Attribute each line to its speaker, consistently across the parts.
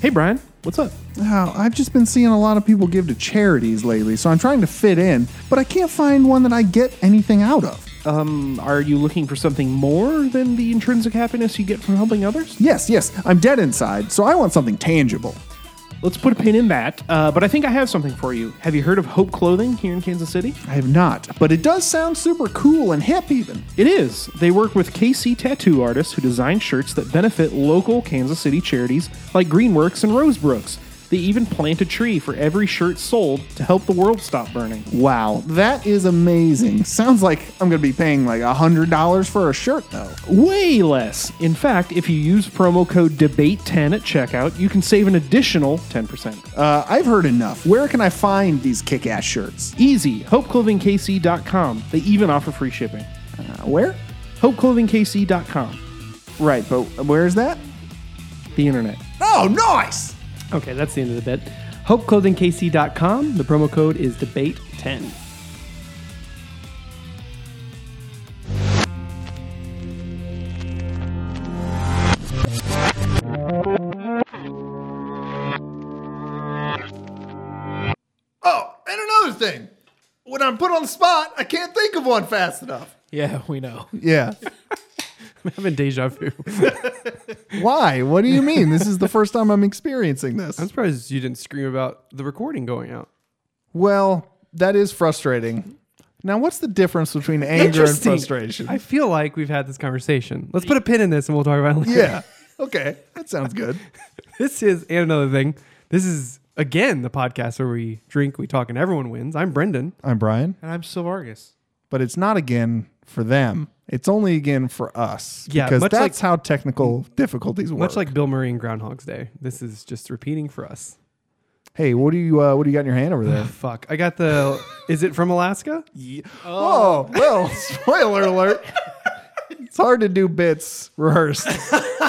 Speaker 1: Hey, Brian, what's up?
Speaker 2: Now, I've just been seeing a lot of people give to charities lately, so I'm trying to fit in, but I can't find one that I get anything out of.
Speaker 1: Um, Are you looking for something more than the intrinsic happiness you get from helping others?
Speaker 2: Yes, yes, I'm dead inside, so I want something tangible.
Speaker 1: Let's put a pin in that. Uh, but I think I have something for you. Have you heard of Hope Clothing here in Kansas City?
Speaker 2: I have not, but it does sound super cool and hip, even.
Speaker 1: It is. They work with KC tattoo artists who design shirts that benefit local Kansas City charities like Greenworks and Rosebrooks. They even plant a tree for every shirt sold to help the world stop burning.
Speaker 2: Wow, that is amazing. Sounds like I'm gonna be paying like $100 for a shirt, though.
Speaker 1: Way less. In fact, if you use promo code DEBATE10 at checkout, you can save an additional 10%.
Speaker 2: Uh, I've heard enough. Where can I find these kick ass shirts?
Speaker 1: Easy. HopeClothingKC.com. They even offer free shipping.
Speaker 2: Uh, where?
Speaker 1: HopeClothingKC.com.
Speaker 2: Right, but where's that?
Speaker 1: The internet.
Speaker 2: Oh, nice!
Speaker 3: Okay, that's the end of the bit. HopeClothingKC.com. The promo code is debate10.
Speaker 4: Oh, and another thing. When I'm put on the spot, I can't think of one fast enough.
Speaker 3: Yeah, we know.
Speaker 2: Yeah.
Speaker 3: I'm having deja vu.
Speaker 2: Why? What do you mean? This is the first time I'm experiencing this.
Speaker 5: I'm surprised you didn't scream about the recording going out.
Speaker 2: Well, that is frustrating. Now, what's the difference between anger and
Speaker 5: Interesting.
Speaker 2: frustration?
Speaker 5: I feel like we've had this conversation. Let's put a pin in this and we'll talk about it later.
Speaker 2: yeah. Okay. That sounds good.
Speaker 5: This is, and another thing, this is, again, the podcast where we drink, we talk, and everyone wins. I'm Brendan.
Speaker 2: I'm Brian,
Speaker 1: And I'm still Vargas.
Speaker 2: but it's not again for them. It's only again for us.
Speaker 5: Yeah,
Speaker 2: Because
Speaker 5: much
Speaker 2: that's how technical difficulties work.
Speaker 5: Much like Bill Murray in Groundhog's Day, this is just repeating for us.
Speaker 2: hey, what do you uh, what do you got in your hand over there?
Speaker 5: Fuck. I got the, is it from Alaska?
Speaker 2: Oh, well, spoiler alert. It's hard to do bits rehearsed.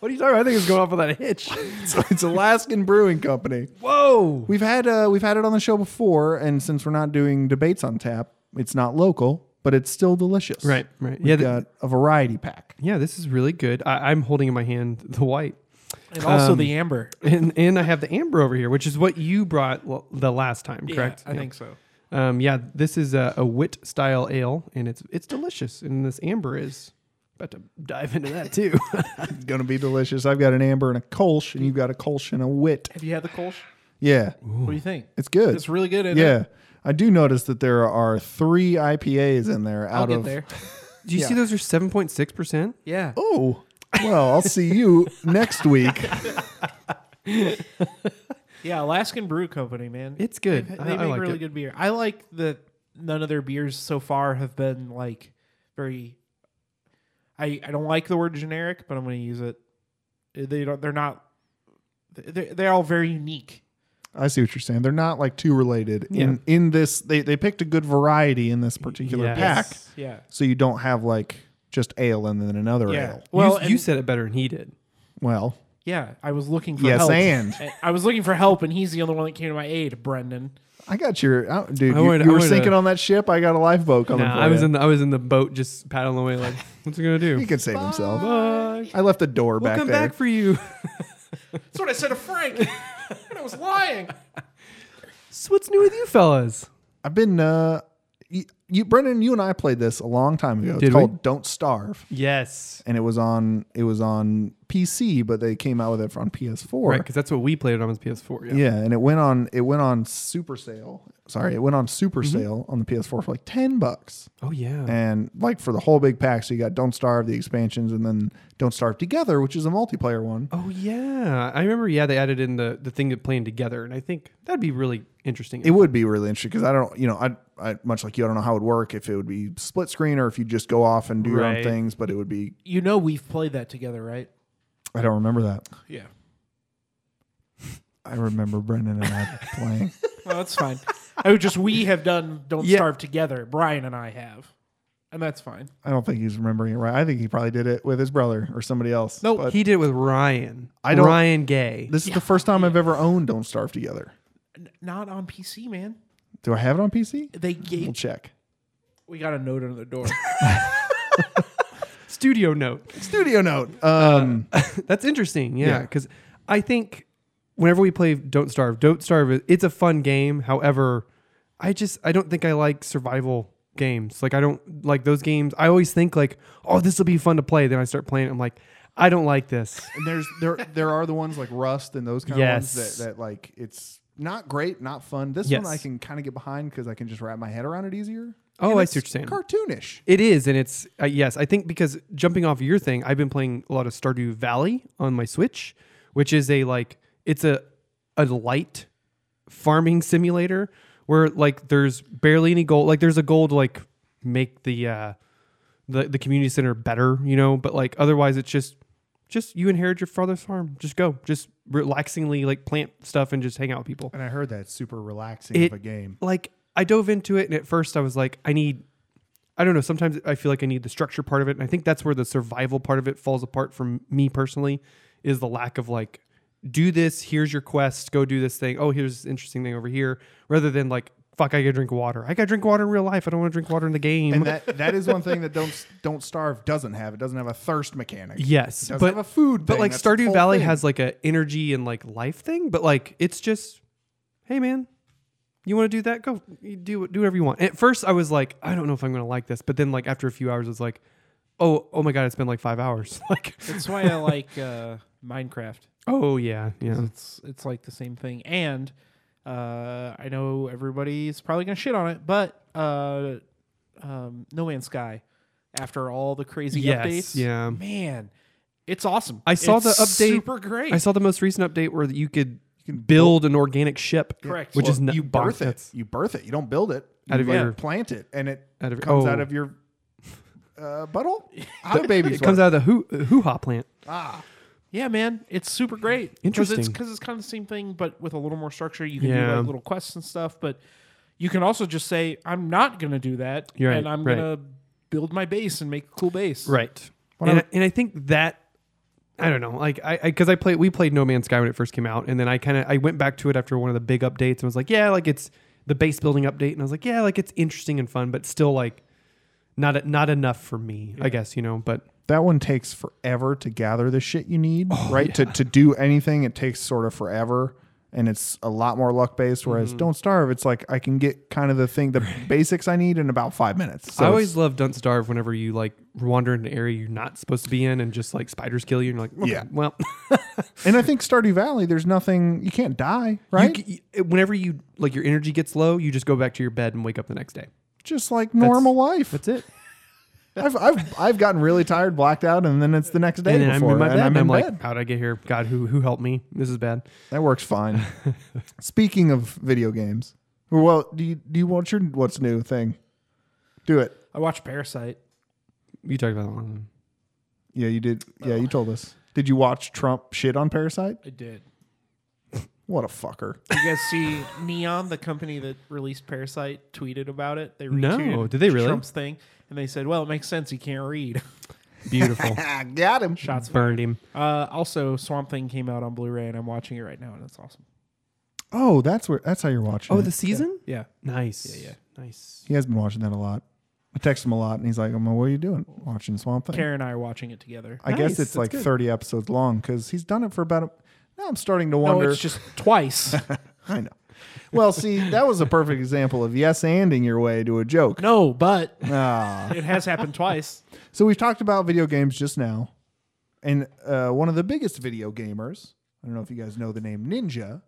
Speaker 5: What are you talking about? I think it's going off with that hitch.
Speaker 2: So it's Alaskan Brewing Company.
Speaker 5: Whoa.
Speaker 2: We've had uh, we've had it on the show before, and since we're not doing debates on tap, it's not local, but it's still delicious.
Speaker 5: Right, right.
Speaker 2: We've
Speaker 5: Yeah, th-
Speaker 2: got a variety pack.
Speaker 5: Yeah, this is really good. I, I'm holding in my hand the white.
Speaker 3: And also
Speaker 5: Um,
Speaker 3: the amber.
Speaker 5: And, and I have the amber over here, which is what you brought l- the last time, correct?
Speaker 3: Yeah, I think so.
Speaker 5: Um, yeah, this is a, a wit style ale, and it's it's delicious. And this amber is about to dive into that too.
Speaker 2: It's gonna be delicious. I've got an amber and a Kolsch, and you've got a Kolsch and a wit.
Speaker 1: Have you had the Kolsch?
Speaker 2: Yeah,
Speaker 1: What do you think?
Speaker 2: it's good.
Speaker 1: It's really good. Isn't
Speaker 2: yeah.
Speaker 1: It?
Speaker 2: I do notice that there are three IPAs in there out
Speaker 3: I'll get
Speaker 2: of
Speaker 3: there.
Speaker 5: Do you see those are seven point six percent?
Speaker 3: Yeah.
Speaker 2: Oh, well, I'll see you next week.
Speaker 1: Yeah, Alaskan Brew Company, man.
Speaker 5: It's good.
Speaker 1: They,
Speaker 5: I-
Speaker 1: they
Speaker 5: I
Speaker 1: make
Speaker 5: liked
Speaker 1: really
Speaker 5: it.
Speaker 1: good beer. I like that none of their beers so far have been like very. I, I don't like the word generic, but I'm going to use it. They don't. They're not. They they're all very unique.
Speaker 2: I see what you're saying. They're not like too related. In in this, they they picked a good variety in this particular
Speaker 5: Yes.
Speaker 2: pack,
Speaker 1: Yeah.
Speaker 2: so you don't have like just ale and then another
Speaker 1: Yeah.
Speaker 2: ale.
Speaker 1: Well,
Speaker 5: you,
Speaker 1: and-
Speaker 5: you said it better than he did.
Speaker 2: Well,
Speaker 1: Yeah, I was looking for
Speaker 2: Yes,
Speaker 1: help.
Speaker 2: and.
Speaker 1: I was looking for help, and he's the only one that came to my aid, Brendan.
Speaker 2: I got your uh, dude.
Speaker 5: I
Speaker 2: you,
Speaker 5: would-
Speaker 2: you
Speaker 5: I
Speaker 2: were
Speaker 5: would,
Speaker 2: sinking
Speaker 5: uh,
Speaker 2: on that ship. I got a lifeboat coming.
Speaker 5: Nah,
Speaker 2: for
Speaker 5: I was
Speaker 2: you.
Speaker 5: in the, I was in the boat just paddling away like, what's it gonna do?
Speaker 2: He can save himself.
Speaker 5: Bye.
Speaker 2: I left the door
Speaker 5: We'll
Speaker 2: back
Speaker 5: come
Speaker 2: there.
Speaker 5: back for you.
Speaker 1: That's what I said to Frank, and I was lying.
Speaker 5: so what's new with you fellas?
Speaker 2: I've been. uh you, you, Brendan, you and I played this a long time ago.
Speaker 5: Did
Speaker 2: it's
Speaker 5: we?
Speaker 2: called "Don't Starve,"
Speaker 5: Yes.
Speaker 2: and it was on it was on PC, but they came out with it on PS4.
Speaker 5: Right, because that's what we played it on was PS4. Yeah.
Speaker 2: Yeah, and it went on it went on super sale. Sorry, it went on super
Speaker 5: Mm-hmm.
Speaker 2: sale on the PS4 for like ten bucks.
Speaker 5: Oh yeah.
Speaker 2: And like for the whole big pack, so you got Don't Starve, the expansions, and then Don't Starve Together, which is a multiplayer one.
Speaker 5: Oh yeah, I remember. Yeah, they added in the the thing of playing together, and I think that'd be really interesting.
Speaker 2: It would be really interesting because I don't, you know, I, I much like you, I don't know how it would work if it would be split screen or if you just go off and do your own
Speaker 5: Right.
Speaker 2: things. But it would be,
Speaker 1: You know we've played that together, right?
Speaker 2: I don't remember that.
Speaker 1: Yeah.
Speaker 2: I remember Brendan and I playing.
Speaker 1: Well, that's fine. I would just we have done don't
Speaker 5: Yeah.
Speaker 1: starve together. Brian and I have, and that's fine.
Speaker 2: I don't think he's remembering it right. I think he probably did it with his brother or somebody else.
Speaker 5: no,
Speaker 2: but
Speaker 5: he did it with Ryan.
Speaker 2: I don't-
Speaker 5: Ryan Gay.
Speaker 2: this is the first time I've ever owned Don't Starve Together.
Speaker 1: N- not on PC, man.
Speaker 2: Do I have it on PC?
Speaker 1: They
Speaker 2: We'll
Speaker 1: gave.
Speaker 2: check.
Speaker 1: We got a note under the door.
Speaker 5: Studio note.
Speaker 2: Studio note. Um,
Speaker 5: That's interesting. Yeah,
Speaker 2: Yeah.
Speaker 5: because I think whenever we play Don't Starve, Don't Starve, it's a fun game. However, I just I don't think I like survival games. Like I don't like those games. I always think like, oh, this will be fun to play. Then I start playing. It, I'm like, I don't like this.
Speaker 2: And there's there there are the ones like Rust and those kind of
Speaker 5: Yes.
Speaker 2: ones that, that like it's not great, not fun. This
Speaker 5: Yes.
Speaker 2: one I can kind of get behind because I can just wrap my head around it easier.
Speaker 5: Oh,
Speaker 2: And
Speaker 5: I
Speaker 2: it's
Speaker 5: see what you're saying.
Speaker 2: Cartoonish.
Speaker 5: It is, and it's uh, yes. I think because jumping off your thing, I've been playing a lot of Stardew Valley on my Switch, which is a like it's a a light farming simulator where like there's barely any gold. Like there's a goal to like make the uh, the the community center better, you know. But like otherwise, it's just just you inherit your father's farm. Just go, just relaxingly like plant stuff and just hang out with people.
Speaker 2: And I heard that's super relaxing
Speaker 5: It-
Speaker 2: of a game.
Speaker 5: Like I dove into it, and at first I was like, I need, I don't know. Sometimes I feel like I need the structure part of it, and I think that's where the survival part of it falls apart from me personally, is the lack of like, do this. Here's your quest. Go do this thing. Oh, here's this interesting thing over here. Rather than like, fuck, I gotta drink water. I gotta drink water in real life. I don't want to drink water in the game.
Speaker 2: And that that is one thing that don't don't starve doesn't have. It doesn't have a thirst mechanic.
Speaker 5: yes,
Speaker 2: doesn't
Speaker 5: but
Speaker 2: have a food
Speaker 5: But
Speaker 2: thing.
Speaker 5: like
Speaker 2: That's its
Speaker 5: Stardew
Speaker 2: whole
Speaker 5: Valley
Speaker 2: thing.
Speaker 5: has like a energy and like life thing, but like it's just, hey man, you want to do that? Go you do do whatever you want. And at first, I was like, I don't know if I'm gonna like this, but then like after a few hours, I was like, oh oh my god, it's been like five hours. like
Speaker 1: That's why I like uh, Minecraft.
Speaker 5: oh yeah yeah.
Speaker 1: It's it's like the same thing, and uh, I know everybody's probably gonna shit on it, but uh, um, No Man's Sky, after all the crazy
Speaker 5: Yes,
Speaker 1: updates,
Speaker 5: yeah.
Speaker 1: man, it's awesome.
Speaker 5: I saw
Speaker 1: It's
Speaker 5: the update.
Speaker 1: super great.
Speaker 5: I saw the most recent update where you could build an organic ship,
Speaker 1: Correct.
Speaker 5: Which
Speaker 1: Well,
Speaker 5: is not
Speaker 2: you birth it. You birth it. You don't build it.
Speaker 5: Out
Speaker 2: You
Speaker 5: of
Speaker 2: let
Speaker 5: your-
Speaker 2: it plant it, and it
Speaker 5: Out of-
Speaker 2: comes out
Speaker 5: oh.
Speaker 2: of your uh, butthole. How do babies?
Speaker 5: It comes out of the hoo hoo ha plant.
Speaker 1: yeah, man, it's super great. because
Speaker 5: Interesting.
Speaker 1: it's, 'cause it's kind of the same thing, but with a little more structure. You can do
Speaker 5: Yeah.
Speaker 1: like little quests and stuff, but you can also just say, "I'm not gonna do that,"
Speaker 5: You're right,
Speaker 1: and I'm
Speaker 5: right.
Speaker 1: gonna build my base and make a cool base.
Speaker 5: Right. and, I, and I think that I don't know, like I because I, played we played No Man's Sky when it first came out, and then I kind of I went back to it after one of the big updates and was like, yeah, like it's the base building update, and I was like, yeah, like it's interesting and fun, but still like not e, not enough for me, I guess you know. But
Speaker 2: that one takes forever to gather the shit you need,
Speaker 5: Oh,
Speaker 2: right? To, to do anything, it takes sort of forever. And it's a lot more luck based. Whereas
Speaker 5: Mm-hmm.
Speaker 2: Don't Starve, it's like I can get kind of the thing, the basics I need in about five minutes. So
Speaker 5: I always love Don't Starve whenever you like wander in an area you're not supposed to be in, and just like spiders kill you, and you're like, okay,
Speaker 2: Yeah.
Speaker 5: well,
Speaker 2: it's- and I think Stardew Valley, there's nothing, you can't die, right?
Speaker 5: right. whenever you like your energy gets low, you just go back to your bed and wake up the next day.
Speaker 2: Just like normal life.
Speaker 5: That's it.
Speaker 2: I've, I've, I've gotten really tired, blacked out, and then it's the next day
Speaker 5: and then I'm
Speaker 2: before.
Speaker 5: in my bed.
Speaker 2: and I'm
Speaker 5: I'm,
Speaker 2: in
Speaker 5: like,
Speaker 2: bed.
Speaker 5: how'd I get here? God, who who helped me? This is bad.
Speaker 2: That works fine. Speaking of video games, well, do you, do you want your what's new thing? Do it.
Speaker 1: I watched Parasite.
Speaker 5: You talked about that one.
Speaker 2: Yeah, you did. Yeah, you told us. Did you watch Trump shit on Parasite?
Speaker 1: I did.
Speaker 2: What a fucker.
Speaker 1: You guys see Neon, the company that released Parasite, tweeted about it. They
Speaker 5: No,
Speaker 1: retweeted
Speaker 5: did they really?
Speaker 1: Trump's thing, and they said, "Well, it makes sense. He can't read."
Speaker 5: Beautiful.
Speaker 2: I got him.
Speaker 1: Shots fired.
Speaker 5: Burned him.
Speaker 1: Uh, also, Swamp Thing came out on Blu-ray, and I'm watching it right now, and it's awesome.
Speaker 2: Oh, that's where that's how you're watching.
Speaker 5: Oh,
Speaker 2: it.
Speaker 5: the season?
Speaker 1: Yeah,
Speaker 5: Nice.
Speaker 1: Yeah,
Speaker 5: Nice.
Speaker 2: he has been watching that a lot. I text him a lot and he's like, "I'm like, what are you doing? Watching Swamp Thing.
Speaker 1: Karen and I are watching it together.
Speaker 2: I
Speaker 5: Nice,
Speaker 2: guess it's
Speaker 5: that's
Speaker 2: like
Speaker 5: good.
Speaker 2: 30 episodes long because he's done it for about a now I'm starting to
Speaker 1: No,
Speaker 2: wonder.
Speaker 1: it's just twice.
Speaker 2: I know. Well, see, that was a perfect example of yes anding your way to a joke.
Speaker 1: no, but
Speaker 2: Ah.
Speaker 1: it has happened twice.
Speaker 2: So we've talked about video games just now, and uh, one of the biggest video gamers. I don't know if you guys know the name Ninja,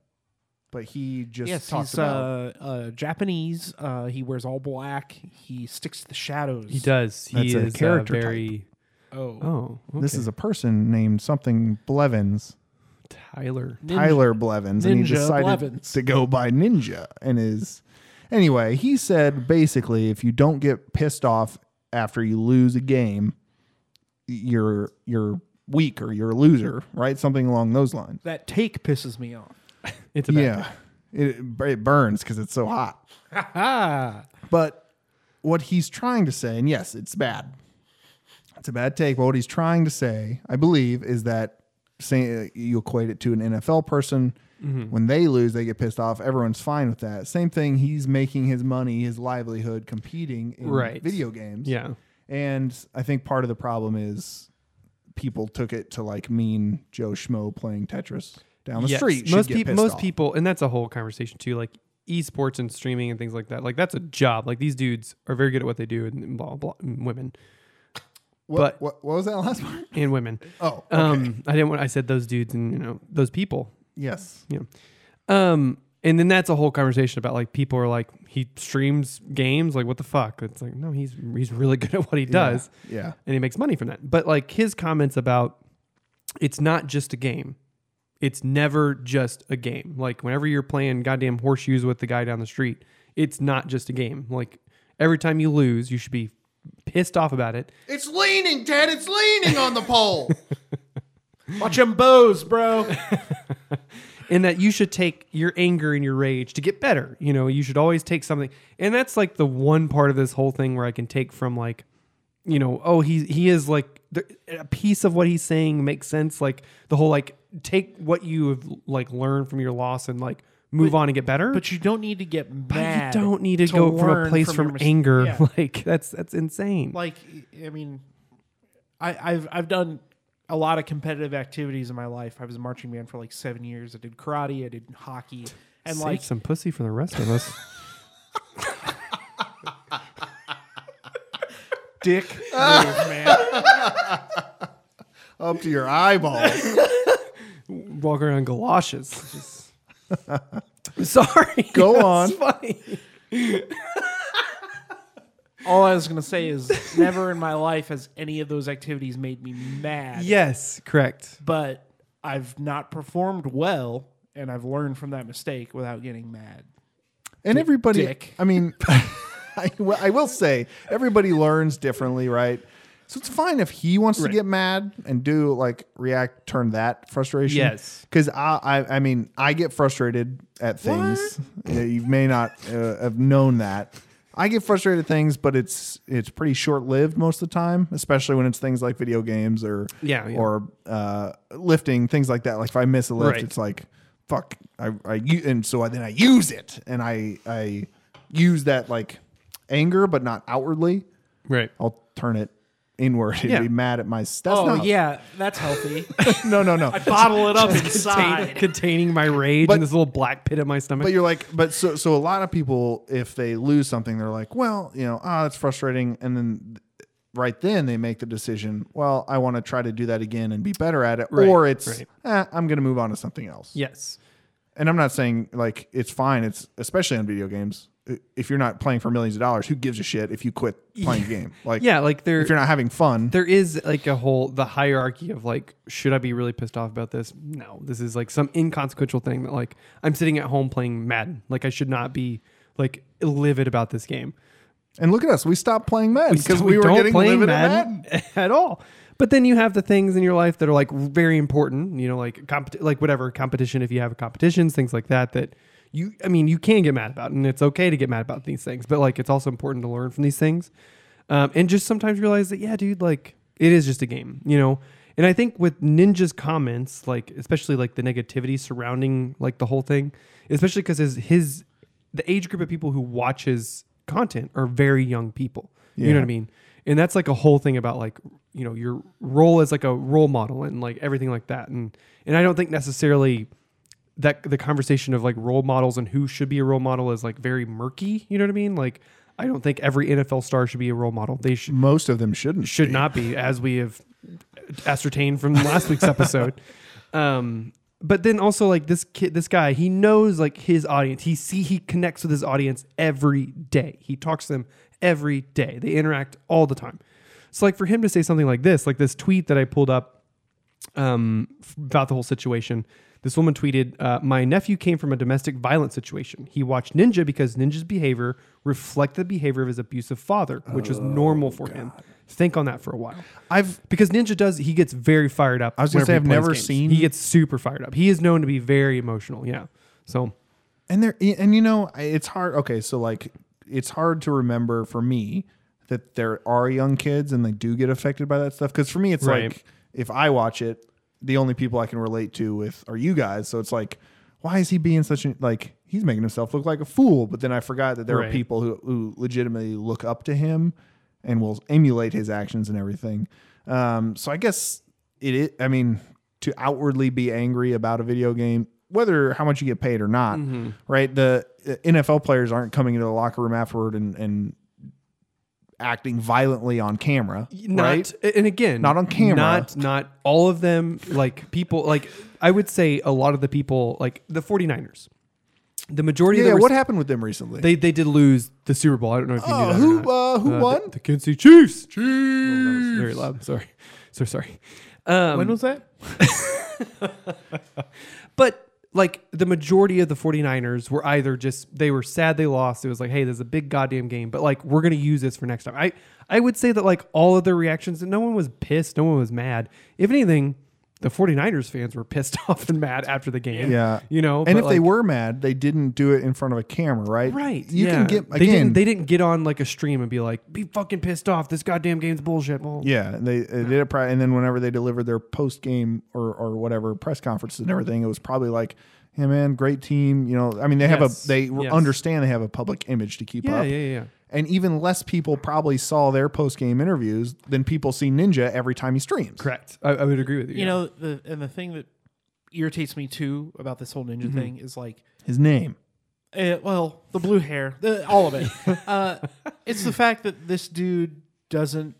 Speaker 2: but he just
Speaker 1: Yes,
Speaker 2: talked
Speaker 1: he's
Speaker 2: about.
Speaker 1: uh, uh, Japanese. Uh, he wears all black. He sticks to the shadows.
Speaker 5: He does. He
Speaker 2: That's a
Speaker 5: is uh,
Speaker 2: character type.
Speaker 5: very.
Speaker 1: Oh,
Speaker 5: Oh, okay.
Speaker 2: This is a person named something Blevins,
Speaker 5: Tyler.
Speaker 1: Ninja.
Speaker 2: Tyler Blevins, and he
Speaker 1: Ninja
Speaker 2: decided
Speaker 1: Blevins.
Speaker 2: to go by Ninja. And is anyway, he said basically, if you don't get pissed off after you lose a game, you're you're weak or you're a loser, right? Something along those lines.
Speaker 1: That take pisses me off.
Speaker 5: It's a bad
Speaker 2: yeah, it, it burns because it's so hot.
Speaker 1: Ah,
Speaker 2: But what he's trying to say, and yes, it's bad. It's a bad take. But what he's trying to say, I believe, is that say, you equate it to an NFL person.
Speaker 5: Mm-hmm.
Speaker 2: When they lose, they get pissed off. Everyone's fine with that. Same thing. He's making his money, his livelihood, competing in
Speaker 5: Right.
Speaker 2: video games.
Speaker 5: Yeah.
Speaker 2: And I think part of the problem is people took it to like mean Joe Schmo playing Tetris down the
Speaker 5: Yes.
Speaker 2: street. should
Speaker 5: Most
Speaker 2: get
Speaker 5: peop-
Speaker 2: pissed
Speaker 5: most
Speaker 2: off.
Speaker 5: people, and that's a whole conversation too. Like esports and streaming and things like that. Like that's a job. Like these dudes are very good at what they do, and blah blah, and women
Speaker 2: What,
Speaker 5: but-
Speaker 2: what, what was that last part?
Speaker 5: and women.
Speaker 2: Oh, okay.
Speaker 5: Um, I didn't want. I said those dudes and you know those people.
Speaker 2: yes.
Speaker 5: Um, and then that's a whole conversation about like people are like he streams games. Like what the fuck? It's like no, he's he's really good at what he does.
Speaker 2: Yeah.
Speaker 5: and he makes money from that. But like his comments about it's not just a game. It's never just a game. Like whenever you're playing goddamn horseshoes with the guy down the street, it's not just a game. Like every time you lose, you should be pissed off about it.
Speaker 2: It's leaning, Dad. It's leaning on the pole.
Speaker 1: Watch them bows, bro.
Speaker 5: and that you should take your anger and your rage to get better. You know, you should always take something. And that's like the one part of this whole thing where I can take from like, you know, oh, he he is like the, a piece of what he's saying makes sense. Like the whole like take what you have like learned from your loss and like move on and get better.
Speaker 1: but you don't need to get
Speaker 5: But
Speaker 1: mad.
Speaker 5: you don't need to, go from a
Speaker 1: learn
Speaker 5: place
Speaker 1: from
Speaker 5: from,
Speaker 1: your mis-
Speaker 5: anger.
Speaker 1: Yeah.
Speaker 5: Like that's that's insane.
Speaker 1: like I mean, I, I've I've done a lot of competitive activities in my life. I was a marching band for like seven years. I did karate. I did hockey. And
Speaker 5: Save
Speaker 1: like
Speaker 5: some pussy for the rest of us.
Speaker 1: dick move, man.
Speaker 2: Up to your eyeballs.
Speaker 5: Walk around galoshes. Just- Sorry.
Speaker 2: Go
Speaker 5: That's
Speaker 2: on.
Speaker 5: Funny.
Speaker 1: All I was gonna say is never in my life has any of those activities made me mad.
Speaker 5: Yes, correct.
Speaker 1: But I've not performed well and I've learned from that mistake without getting mad.
Speaker 2: And everybody,
Speaker 1: dick.
Speaker 2: I mean, I, will- I will say, everybody learns differently, right? So it's fine if he wants to get mad and do like react, turn that frustration.
Speaker 5: Yes.
Speaker 2: because I, I, I mean, I get frustrated at things. Yeah, You may not uh, have known that. I get frustrated at things, but it's it's pretty short lived most of the time, especially when it's things like video games or
Speaker 5: Yeah, yeah.
Speaker 2: or uh, lifting things like that. Like if I miss a lift,
Speaker 5: Right.
Speaker 2: it's like fuck. I, I u- and so I, then I use it and I I use that like anger, but not outwardly.
Speaker 5: Right.
Speaker 2: I'll turn it inward and
Speaker 5: Yeah.
Speaker 2: be mad at my. That's
Speaker 1: Oh
Speaker 2: not-
Speaker 1: yeah, that's healthy.
Speaker 2: no, no, no.
Speaker 1: Bottle it up
Speaker 5: Contain,
Speaker 1: inside.
Speaker 5: containing my rage
Speaker 2: But-
Speaker 5: in this little black pit of my stomach.
Speaker 2: But you're like, but so so a lot of people, if they lose something, they're like, well, you know, ah, that's frustrating, and then th- right then they make the decision, well, I want to try to do that again and be better at it,
Speaker 5: Right,
Speaker 2: or it's,
Speaker 5: right.
Speaker 2: eh, I'm going to move on to something else.
Speaker 5: yes.
Speaker 2: and I'm not saying like it's fine. It's especially on video games. I- If you're not playing for millions of dollars, who gives a shit if you quit playing the game? Like,
Speaker 5: Yeah, like there
Speaker 2: if you're not having fun,
Speaker 5: there is like a whole the hierarchy of like should I be really pissed off about this? No. This is like some inconsequential thing that like I'm sitting at home playing Madden. Like I should not be like livid about this game.
Speaker 2: and look at us, we stopped playing Madden because we,
Speaker 5: we
Speaker 2: were
Speaker 5: don't
Speaker 2: getting
Speaker 5: play
Speaker 2: limited
Speaker 5: Madden,
Speaker 2: Madden.
Speaker 5: at all. But then you have the things in your life that are like very important, you know, like comp- like whatever competition if you have competitions, things like that that you I mean, you can get mad about and it's okay to get mad about these things, but like it's also important to learn from these things. Um, and just sometimes realize that yeah, dude, like it is just a game, you know. And I think with Ninja's comments, like especially like the negativity surrounding like the whole thing, especially because his his the age group of people who watch his content are very young people. You know
Speaker 2: Yeah.
Speaker 5: what I mean? And that's like a whole thing about like you know your role as like a role model and like everything like that. And and I don't think necessarily that the conversation of like role models and who should be a role model is like very murky. You know what I mean? Like I don't think every NFL star should be a role model. They should
Speaker 2: Most of them shouldn't.
Speaker 5: should
Speaker 2: be.
Speaker 5: not be, as we have ascertained from last week's episode. Um, but then also like this kid, this guy, he knows like his audience. He see he connects with his audience every day. He talks to them every day. They interact all the time. So like for him to say something like this, like this tweet that I pulled up um, f- about the whole situation. This woman tweeted, uh, "My nephew came from a domestic violence situation. He watched Ninja because Ninja's behavior reflected the behavior of his abusive father, which was normal for him. Think on that for a while,
Speaker 2: I've
Speaker 5: because Ninja does. He gets very fired up. I
Speaker 2: was gonna say, I've never seen-
Speaker 5: He gets super fired up. He is known to be very emotional. Yeah. So
Speaker 2: and there and you know I- it's hard okay so like it's hard to remember for me that there are young kids and they do get affected by that stuff because for me it's
Speaker 5: Right.
Speaker 2: like if i watch it the only people i can relate to with are you guys so it's like why is he being such a like he's making himself look like a fool but then i forgot that there are
Speaker 5: Right.
Speaker 2: people who, who legitimately look up to him and will emulate his actions and everything um, so i guess it, it I mean, to outwardly be angry about a video game, whether how much you get paid or not,
Speaker 5: Mm-hmm.
Speaker 2: right? The uh, NFL players aren't coming into the locker room afterward and and acting violently on camera,
Speaker 5: not
Speaker 2: right?
Speaker 5: and again
Speaker 2: Not on camera.
Speaker 5: not not all of them like people like i would say a lot of the people like the 49ers the majority
Speaker 2: Yeah,
Speaker 5: of the
Speaker 2: what happened with them recently?
Speaker 5: they they did lose the super bowl i don't know if you knew
Speaker 2: Oh,
Speaker 5: that or
Speaker 2: who
Speaker 5: not.
Speaker 2: uh, who
Speaker 5: Uh,
Speaker 2: won?
Speaker 5: the, the kansas city chiefs chiefs very loud sorry so sorry um,
Speaker 1: when was that?
Speaker 5: But like the majority of the 49ers were either just they were sad they lost. It was like, hey, this is a big goddamn game, but like we're gonna use this for next time. I I would say that like all of their reactions, no one was pissed, no one was mad. If anything, the 49ers fans were pissed off and mad after the game.
Speaker 2: Yeah.
Speaker 5: You know,
Speaker 2: and
Speaker 5: but,
Speaker 2: if they
Speaker 5: like-
Speaker 2: were mad, they didn't do it in front of a camera, right?
Speaker 5: Right.
Speaker 2: You
Speaker 5: yeah.
Speaker 2: can get
Speaker 5: they
Speaker 2: again.
Speaker 5: didn't, they didn't get on like a stream and be like, be fucking pissed off. This goddamn game's bullshit. Well,
Speaker 2: yeah, they, they did it. Probably, and then whenever they delivered their post game or or whatever press conferences and everything, it was probably like, "Hey man, great team." You know, I mean, they have
Speaker 5: Yes.
Speaker 2: a they
Speaker 5: Yes.
Speaker 2: understand they have a public image to keep
Speaker 5: yeah,
Speaker 2: up.
Speaker 5: yeah, yeah.
Speaker 2: And even less people probably saw their post game interviews than people see Ninja every time he streams.
Speaker 5: Correct. I, I would agree with you.
Speaker 1: You know, the and the thing that irritates me too about this whole
Speaker 5: Mm-hmm.
Speaker 1: ninja thing is like
Speaker 2: His name.
Speaker 1: Uh, well, the blue hair, the, all of it. uh, it's the fact that this dude doesn't.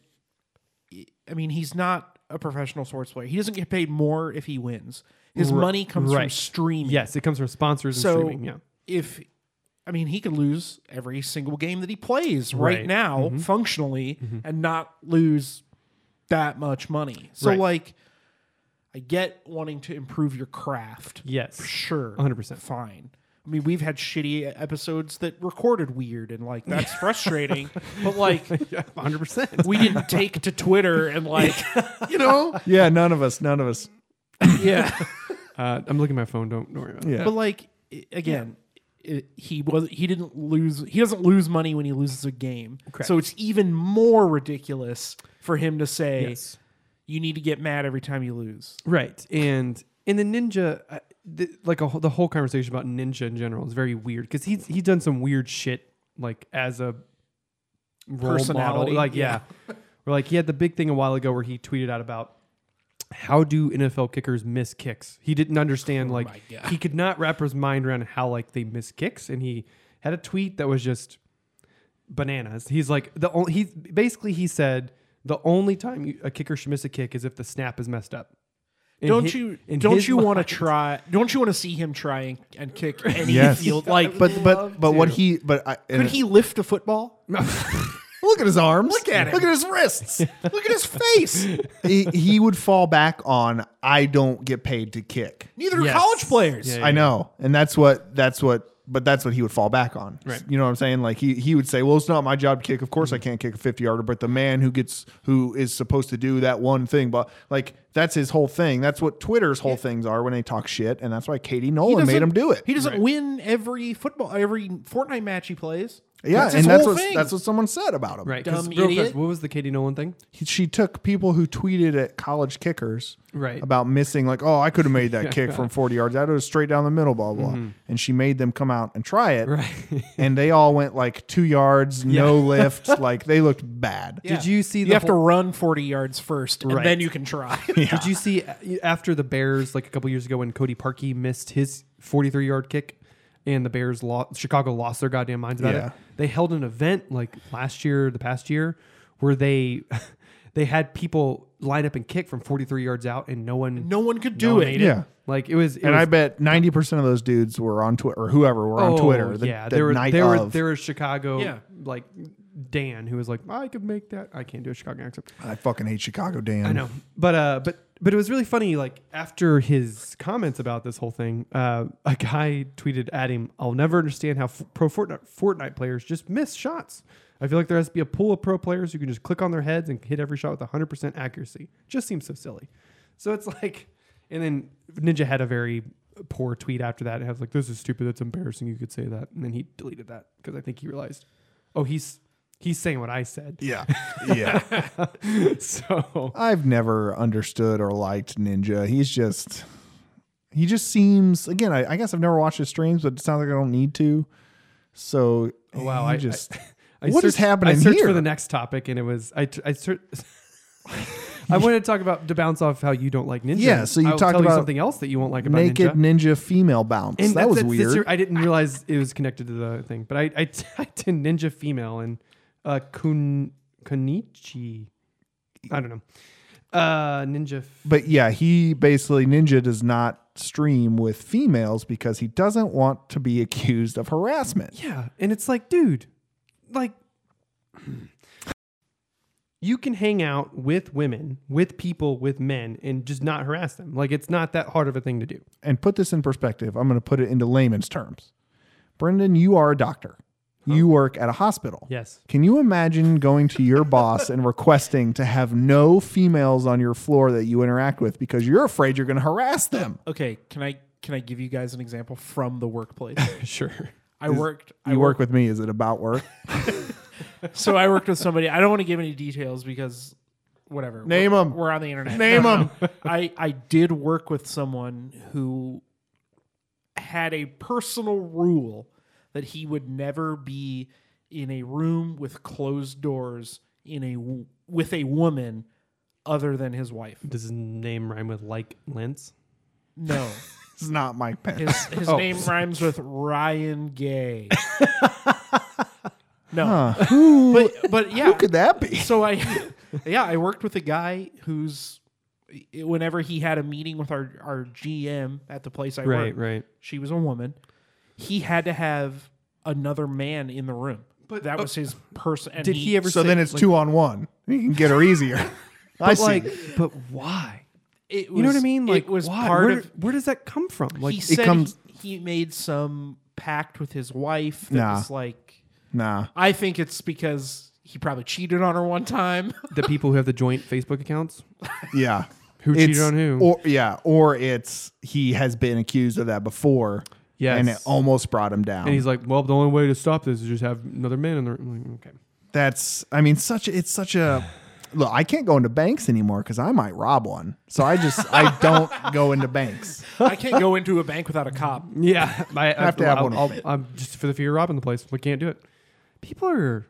Speaker 1: I mean, he's not a professional sports player. He doesn't get paid more if he wins. His money comes from
Speaker 5: right.
Speaker 1: streaming.
Speaker 5: yes, it comes from sponsors
Speaker 1: So-
Speaker 5: and streaming. Yeah.
Speaker 1: If I mean, he could lose every single game that he plays right,
Speaker 5: Right. Mm-hmm.
Speaker 1: now, functionally, and not lose that much money. So,
Speaker 5: Right.
Speaker 1: like, I get wanting to improve your craft.
Speaker 5: Yes.
Speaker 1: Sure.
Speaker 5: 100%.
Speaker 1: Fine. I mean, we've had shitty episodes that recorded weird and like that's frustrating. but like
Speaker 5: 100%.
Speaker 1: we didn't take to Twitter and like you know
Speaker 2: Yeah, none of us. None of us.
Speaker 1: Yeah.
Speaker 5: Uh, I'm looking at my phone. Don't, don't worry about it.
Speaker 2: Yeah.
Speaker 1: But like i- again, it, he was he didn't lose he doesn't lose money when he loses a game. So it's even more ridiculous for him to say
Speaker 5: Yes.
Speaker 1: you need to get mad every time you lose.
Speaker 5: Right. And and the ninja, uh, the, like a, whole- the whole conversation about ninja in general is very weird because he's he's done some weird shit like as a role
Speaker 1: Personality,
Speaker 5: model. Like yeah, or like he had the big thing a while ago where he tweeted out about how do NFL kickers miss kicks. He didn't understand like he could not wrap his mind around how like they miss kicks, and he had a tweet that was just bananas. He's like the only he basically he said the only time you, a kicker should miss a kick is if the snap is messed up. In
Speaker 1: don't
Speaker 5: hi-
Speaker 1: you
Speaker 5: in
Speaker 1: don't
Speaker 5: his
Speaker 1: you want to
Speaker 5: mind-
Speaker 1: try don't you want to see him try and, and kick any
Speaker 2: Yes.
Speaker 1: field like
Speaker 2: But but but what he but I,
Speaker 1: could he lift a football?
Speaker 2: Look at his arms.
Speaker 1: Look at him.
Speaker 2: Look at his wrists.
Speaker 1: Look at his face.
Speaker 2: he, he would fall back on I don't get paid to kick.
Speaker 1: Neither are college players.
Speaker 5: Yeah,
Speaker 2: I know. And that's what that's what but that's what he would fall back on.
Speaker 5: Right.
Speaker 2: You know what I'm saying? Like he he would say, "Well, it's not my job to kick. Of
Speaker 1: Mm-hmm.
Speaker 2: course I can't kick a 50-yarder, but the man who gets who is supposed to do that one thing, but like that's his whole thing. That's what Twitter's whole things are when they talk shit, and that's why Katie Nolan made
Speaker 1: doesn't-
Speaker 2: him do it.
Speaker 1: He doesn't win every football, every Fortnite match he plays.
Speaker 2: yeah,
Speaker 1: that's
Speaker 2: and
Speaker 1: his
Speaker 2: that's
Speaker 1: whole
Speaker 2: what
Speaker 1: thing.
Speaker 2: that's what someone said about him.
Speaker 5: Right, 'cause
Speaker 1: Dumb
Speaker 5: real fast,
Speaker 1: idiot.
Speaker 5: what was the Katie Nolan thing?
Speaker 2: He- she took people who tweeted at college kickers
Speaker 5: Right.
Speaker 2: about missing like oh i could have made that kick from 40 yards that was straight down the middle blah blah
Speaker 5: Mm-hmm.
Speaker 2: blah. and she made them come out and try it and they all went like two yards no lift like they looked bad
Speaker 1: Yeah.
Speaker 5: Did you see
Speaker 1: You
Speaker 5: the
Speaker 1: have to
Speaker 5: whole-
Speaker 1: run forty yards first, and
Speaker 5: Right.
Speaker 1: then you can try.
Speaker 5: Did you see a- after the Bears like a couple years ago when Cody Parkey missed his 43 yard kick and the Bears lost Chicago lost their goddamn minds about
Speaker 2: Yeah.
Speaker 5: it. They held an event like last year, the past year, where they they had people line up and kick from 43 yards out and no one
Speaker 1: no one could
Speaker 5: no
Speaker 1: do
Speaker 5: one
Speaker 1: it.
Speaker 5: made
Speaker 2: Yeah.
Speaker 5: Like it was it
Speaker 2: and
Speaker 5: was,
Speaker 2: i bet 90% of those dudes were on twitter or whoever were on
Speaker 5: oh,
Speaker 2: twitter the,
Speaker 5: yeah,
Speaker 2: the
Speaker 5: there were
Speaker 2: night
Speaker 5: there were
Speaker 2: of
Speaker 5: there was Chicago
Speaker 1: Yeah.
Speaker 5: like Dan who was like I could make that. I can't do a Chicago accent.
Speaker 2: i fucking hate chicago dan
Speaker 5: I know, but uh, but but it was really funny. Like after his comments about this whole thing, uh, a guy tweeted at him, "I'll never understand how f- pro Fortnite, Fortnite players just miss shots. I feel like there has to be a pool of pro players who can just click on their heads and hit every shot with 100 percent accuracy. Just seems so silly. So it's like, and then Ninja had a very poor tweet after that. And I was like, "This is stupid. That's embarrassing. You could say that." And then he deleted that because I think he realized, oh, he's he's saying what I said.
Speaker 2: yeah yeah
Speaker 5: so
Speaker 2: I've never understood or liked Ninja. He's just he just seems again, I, I guess I've never watched his streams, but it sounds like I don't need to. So
Speaker 5: Oh, wow,
Speaker 2: he
Speaker 5: I-
Speaker 2: just
Speaker 5: I
Speaker 2: What is
Speaker 5: searched-
Speaker 2: happening
Speaker 5: I searched
Speaker 2: here?
Speaker 5: for the next topic, and it was I. t- I searched. I wanted to talk about to bounce off how you don't like ninja.
Speaker 2: Yeah, so you
Speaker 5: I will
Speaker 2: talked
Speaker 5: tell
Speaker 2: about
Speaker 5: you something else that you won't like about
Speaker 2: Naked
Speaker 5: ninja.
Speaker 2: ninja. female bounce. that
Speaker 5: And that's-
Speaker 2: was
Speaker 5: that's- that's
Speaker 2: weird.
Speaker 5: your- I didn't realize it was connected to the thing, but I I typed in ninja female and uh kun kunichi. I don't know. Uh, ninja. f-
Speaker 2: but yeah, he basically ninja does not stream with females because he doesn't want to be accused of harassment.
Speaker 5: Yeah, and it's like, dude, like you can hang out with women, with people, with men, and just not harass them. Like it's not that hard of a thing to do.
Speaker 2: And put this in perspective, I'm going to put it into layman's terms. Brendan, you are a doctor. You work at a hospital.
Speaker 5: Yes.
Speaker 2: Can you imagine going to your boss and requesting to have no females on your floor that you interact with because you're afraid you're going to harass them?
Speaker 1: Okay, can I can I give you guys an example from the workplace?
Speaker 5: Sure.
Speaker 1: I worked. I
Speaker 2: You work with me. Is it about work?
Speaker 1: so I worked with somebody. I don't want to give any details because whatever.
Speaker 2: Name
Speaker 1: We're-
Speaker 2: 'em.
Speaker 1: We're on the internet.
Speaker 2: Name
Speaker 1: No, no,
Speaker 2: 'em.
Speaker 1: no. I I did work with someone who had a personal rule that he would never be in a room with closed doors in a w- with a woman other than his wife.
Speaker 5: Does his name rhyme with like Lentz?
Speaker 1: No.
Speaker 2: It's not Mike Pence.
Speaker 1: His, his
Speaker 5: Oh.
Speaker 1: name rhymes with Ryan Gay. no. But but yeah.
Speaker 2: Who could that be?
Speaker 1: so I yeah, I worked with a guy who's whenever he had a meeting with our our GM at the place I worked,
Speaker 5: right.
Speaker 1: she was a woman. He had to have another man in the room. But that was his person.
Speaker 5: uh, Did he ever?
Speaker 2: So
Speaker 5: say,
Speaker 2: then it's
Speaker 5: like,
Speaker 2: two on one. You can get her easier. I
Speaker 5: But
Speaker 2: see.
Speaker 5: like, but why?
Speaker 1: It was,
Speaker 5: You know what I mean? Like,
Speaker 1: it was
Speaker 5: why?
Speaker 1: part
Speaker 5: where,
Speaker 1: of.
Speaker 5: where does that come from? Like,
Speaker 1: he said
Speaker 2: comes-
Speaker 1: he, he made some pact with his wife that
Speaker 2: Nah.
Speaker 1: was like.
Speaker 2: nah.
Speaker 1: I think it's because he probably cheated on her one time.
Speaker 5: the people who have the joint Facebook accounts.
Speaker 2: Yeah.
Speaker 5: Who cheated on who?
Speaker 2: Or yeah, or it's he has been accused of that before.
Speaker 5: Yes.
Speaker 2: And it almost brought him down.
Speaker 5: And he's like, well, the only way to stop this is just have another man in there. I'm like, okay.
Speaker 2: That's I mean such it's such a look, I can't go into banks anymore because I might rob one. So I just I don't go into banks.
Speaker 1: I can't go into a bank without a cop.
Speaker 5: Yeah. I, I
Speaker 2: have to have
Speaker 5: I'll-
Speaker 2: one of
Speaker 5: I'll-
Speaker 2: them.
Speaker 5: I'm just for the fear of robbing the place. We can't do it. People are,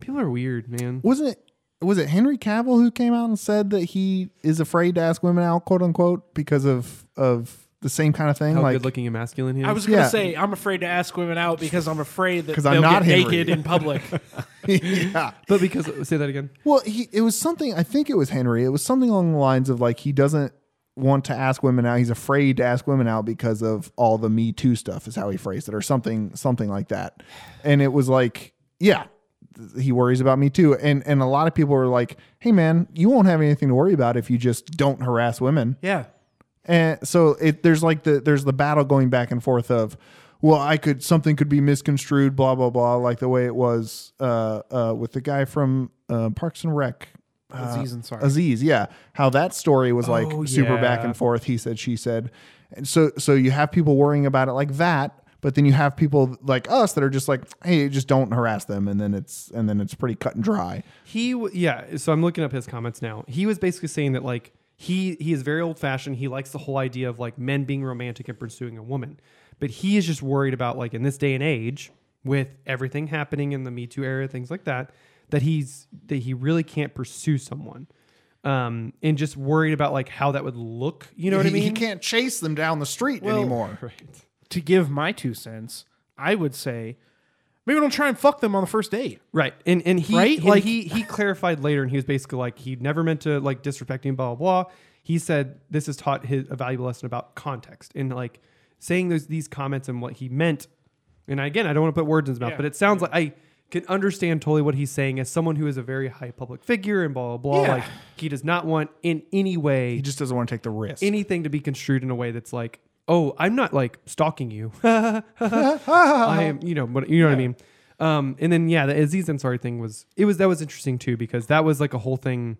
Speaker 5: people are weird, man.
Speaker 2: Wasn't it was it Henry Cavill who came out and said that he is afraid to ask women out, quote unquote, because of of the same kind of thing?
Speaker 5: How
Speaker 2: like
Speaker 5: good looking and masculine he is.
Speaker 1: I was gonna
Speaker 2: Yeah.
Speaker 1: say I'm afraid to ask women out because I'm afraid that
Speaker 2: 'Cause
Speaker 1: they'll
Speaker 2: I'm not
Speaker 1: get
Speaker 2: Henry.
Speaker 1: naked in public.
Speaker 2: yeah.
Speaker 5: but because say that again.
Speaker 2: Well, he, it was something. I think it was Henry. It was something along the lines of like he doesn't want to ask women out. He's afraid to ask women out because of all the Me Too stuff. Is how he phrased it, or something, something like that. And it was like, yeah, th- he worries about Me Too. And and a lot of people were like, hey man, you won't have anything to worry about if you just don't harass women.
Speaker 1: yeah,
Speaker 2: And so it there's like the there's the battle going back and forth of well, I could something could be misconstrued, blah blah blah, like the way it was uh, uh, with the guy from uh, Parks and Rec,
Speaker 1: Aziz Ansari.
Speaker 2: Aziz, yeah. How that story was like
Speaker 5: Oh,
Speaker 2: super
Speaker 5: yeah.
Speaker 2: back and forth. He said, she said, and so so you have people worrying about it like that, but then you have people like us that are just like, hey, just don't harass them, and then it's and then it's pretty cut and dry.
Speaker 5: He w- yeah. So I'm looking up his comments now. He was basically saying that like he he is very old fashioned. He likes the whole idea of like men being romantic and pursuing a woman, but he is just worried about like in this day and age with everything happening in the Me Too era, things like that, that he's that he really can't pursue someone, um, and just worried about like how that would look. You know what I
Speaker 2: He-
Speaker 5: mean?
Speaker 2: He can't chase them down the street anymore.
Speaker 5: Right.
Speaker 1: to give my two cents, I would say maybe don't try and fuck them on the first date.
Speaker 5: Right. And and he
Speaker 1: Right?
Speaker 5: like
Speaker 1: Like-
Speaker 5: he he clarified later and he was basically like he never meant to like disrespect him, blah blah blah. He said this has taught his a valuable lesson about context and like saying those these comments and what he meant. And again, I don't want to put words in his mouth,
Speaker 1: Yeah.
Speaker 5: but it sounds like I can understand totally what he's saying as someone who is a very high public figure and blah blah blah.
Speaker 1: Yeah.
Speaker 5: Like he does not want in any way
Speaker 2: He just doesn't want to take the risk.
Speaker 5: anything to be construed in a way that's like, oh, I'm not like stalking you. I am, you know, what you know what I mean. Um, and then yeah, the Aziz Ansari thing was it was that was interesting too because that was like a whole thing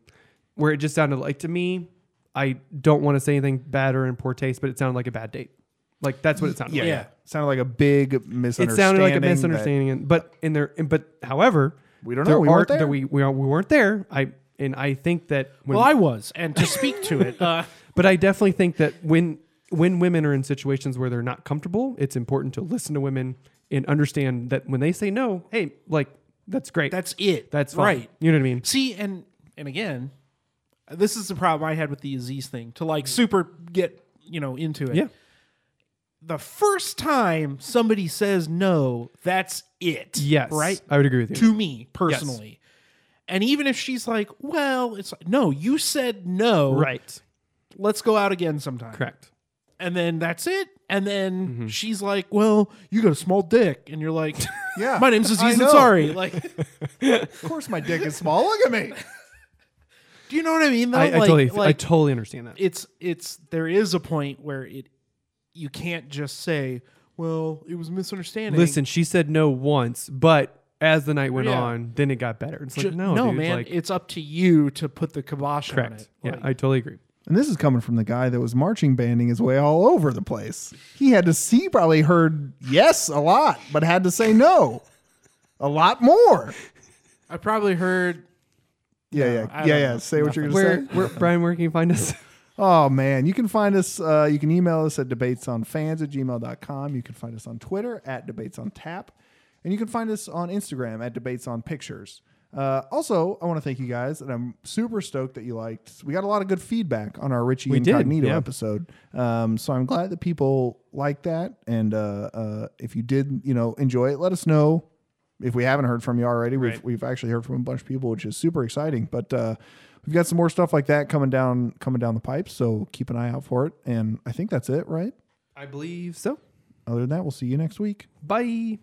Speaker 5: where it just sounded like to me, I don't want to say anything bad or in poor taste, but it sounded like a bad date. Like that's what it sounded
Speaker 2: yeah.
Speaker 5: like.
Speaker 1: Yeah.
Speaker 2: Sounded like a big misunderstanding.
Speaker 5: It sounded like a
Speaker 2: that-
Speaker 5: misunderstanding, and but in there, and, but however,
Speaker 2: We don't know. We weren't there.
Speaker 5: we we, are, we weren't there. I and I think that when
Speaker 1: Well, I was, and to speak to it, uh,
Speaker 5: but I definitely think that when when women are in situations where they're not comfortable, it's important to listen to women and understand that when they say no, hey, like that's great.
Speaker 1: that's it.
Speaker 5: that's fine.
Speaker 1: right.
Speaker 5: You know what I mean?
Speaker 1: See, and and again, this is the problem I had with the Aziz thing to like super get you know into it.
Speaker 5: Yeah.
Speaker 1: The first time somebody says no, that's it.
Speaker 5: Yes.
Speaker 1: Right?
Speaker 5: I would agree with you.
Speaker 1: to me personally. And even if she's like, well, it's like, no, you said no.
Speaker 5: right.
Speaker 1: Let's go out again sometime.
Speaker 5: Correct. Mm-hmm.
Speaker 1: And then that's it. And then she's like, well, you got a small dick. And you're like,
Speaker 2: Yeah,
Speaker 1: my name's
Speaker 2: I
Speaker 1: Aziz
Speaker 2: know.
Speaker 1: Ansari. Like,
Speaker 2: Of course, my dick is small. Look at me.
Speaker 1: do you know what I mean? Though?
Speaker 5: I, I
Speaker 1: like,
Speaker 5: totally, I
Speaker 1: like,
Speaker 5: totally understand that.
Speaker 1: it's, it's, there is a point where it, you can't just say, well, it was misunderstanding.
Speaker 5: Listen, she said no once, but as the night went
Speaker 1: Yeah.
Speaker 5: on, then it got better. It's like
Speaker 1: Ju-
Speaker 5: no, dude,
Speaker 1: man,
Speaker 5: like,
Speaker 1: it's up to you to put the kibosh on
Speaker 5: correct.
Speaker 1: it.
Speaker 5: Yeah,
Speaker 1: Like,
Speaker 5: I totally agree.
Speaker 2: And this is coming from the guy that was marching banding his way all over the place. He had to see, probably heard yes a lot, but had to say no a lot more.
Speaker 1: I probably heard
Speaker 2: Yeah, yeah,
Speaker 1: I don't
Speaker 2: yeah, yeah.
Speaker 1: know.
Speaker 2: Say what you're
Speaker 5: Where,
Speaker 2: going to say.
Speaker 5: where Brian, where can you find us?
Speaker 2: Oh, man. You can find us, uh, you can email us at debatesonfans at gmail.com. You can find us on Twitter at debatesontap. And you can find us on Instagram at debatesonpictures. Uh, also, I want to thank you guys, and I'm super stoked that you liked. We got a lot of good feedback on our Richie
Speaker 5: We did,
Speaker 2: Incognito
Speaker 5: yeah.
Speaker 2: episode. Um, so I'm glad that people like that. And uh, uh, if you did, you know, enjoy it, let us know. If we haven't heard from you already, we've, we've actually heard from a bunch of people, which is super exciting. But uh, we've got some more stuff like that coming down coming down the pipes. So keep an eye out for it. And I think that's it, right?
Speaker 5: I believe so.
Speaker 2: Other than that, we'll see you next week.
Speaker 5: Bye.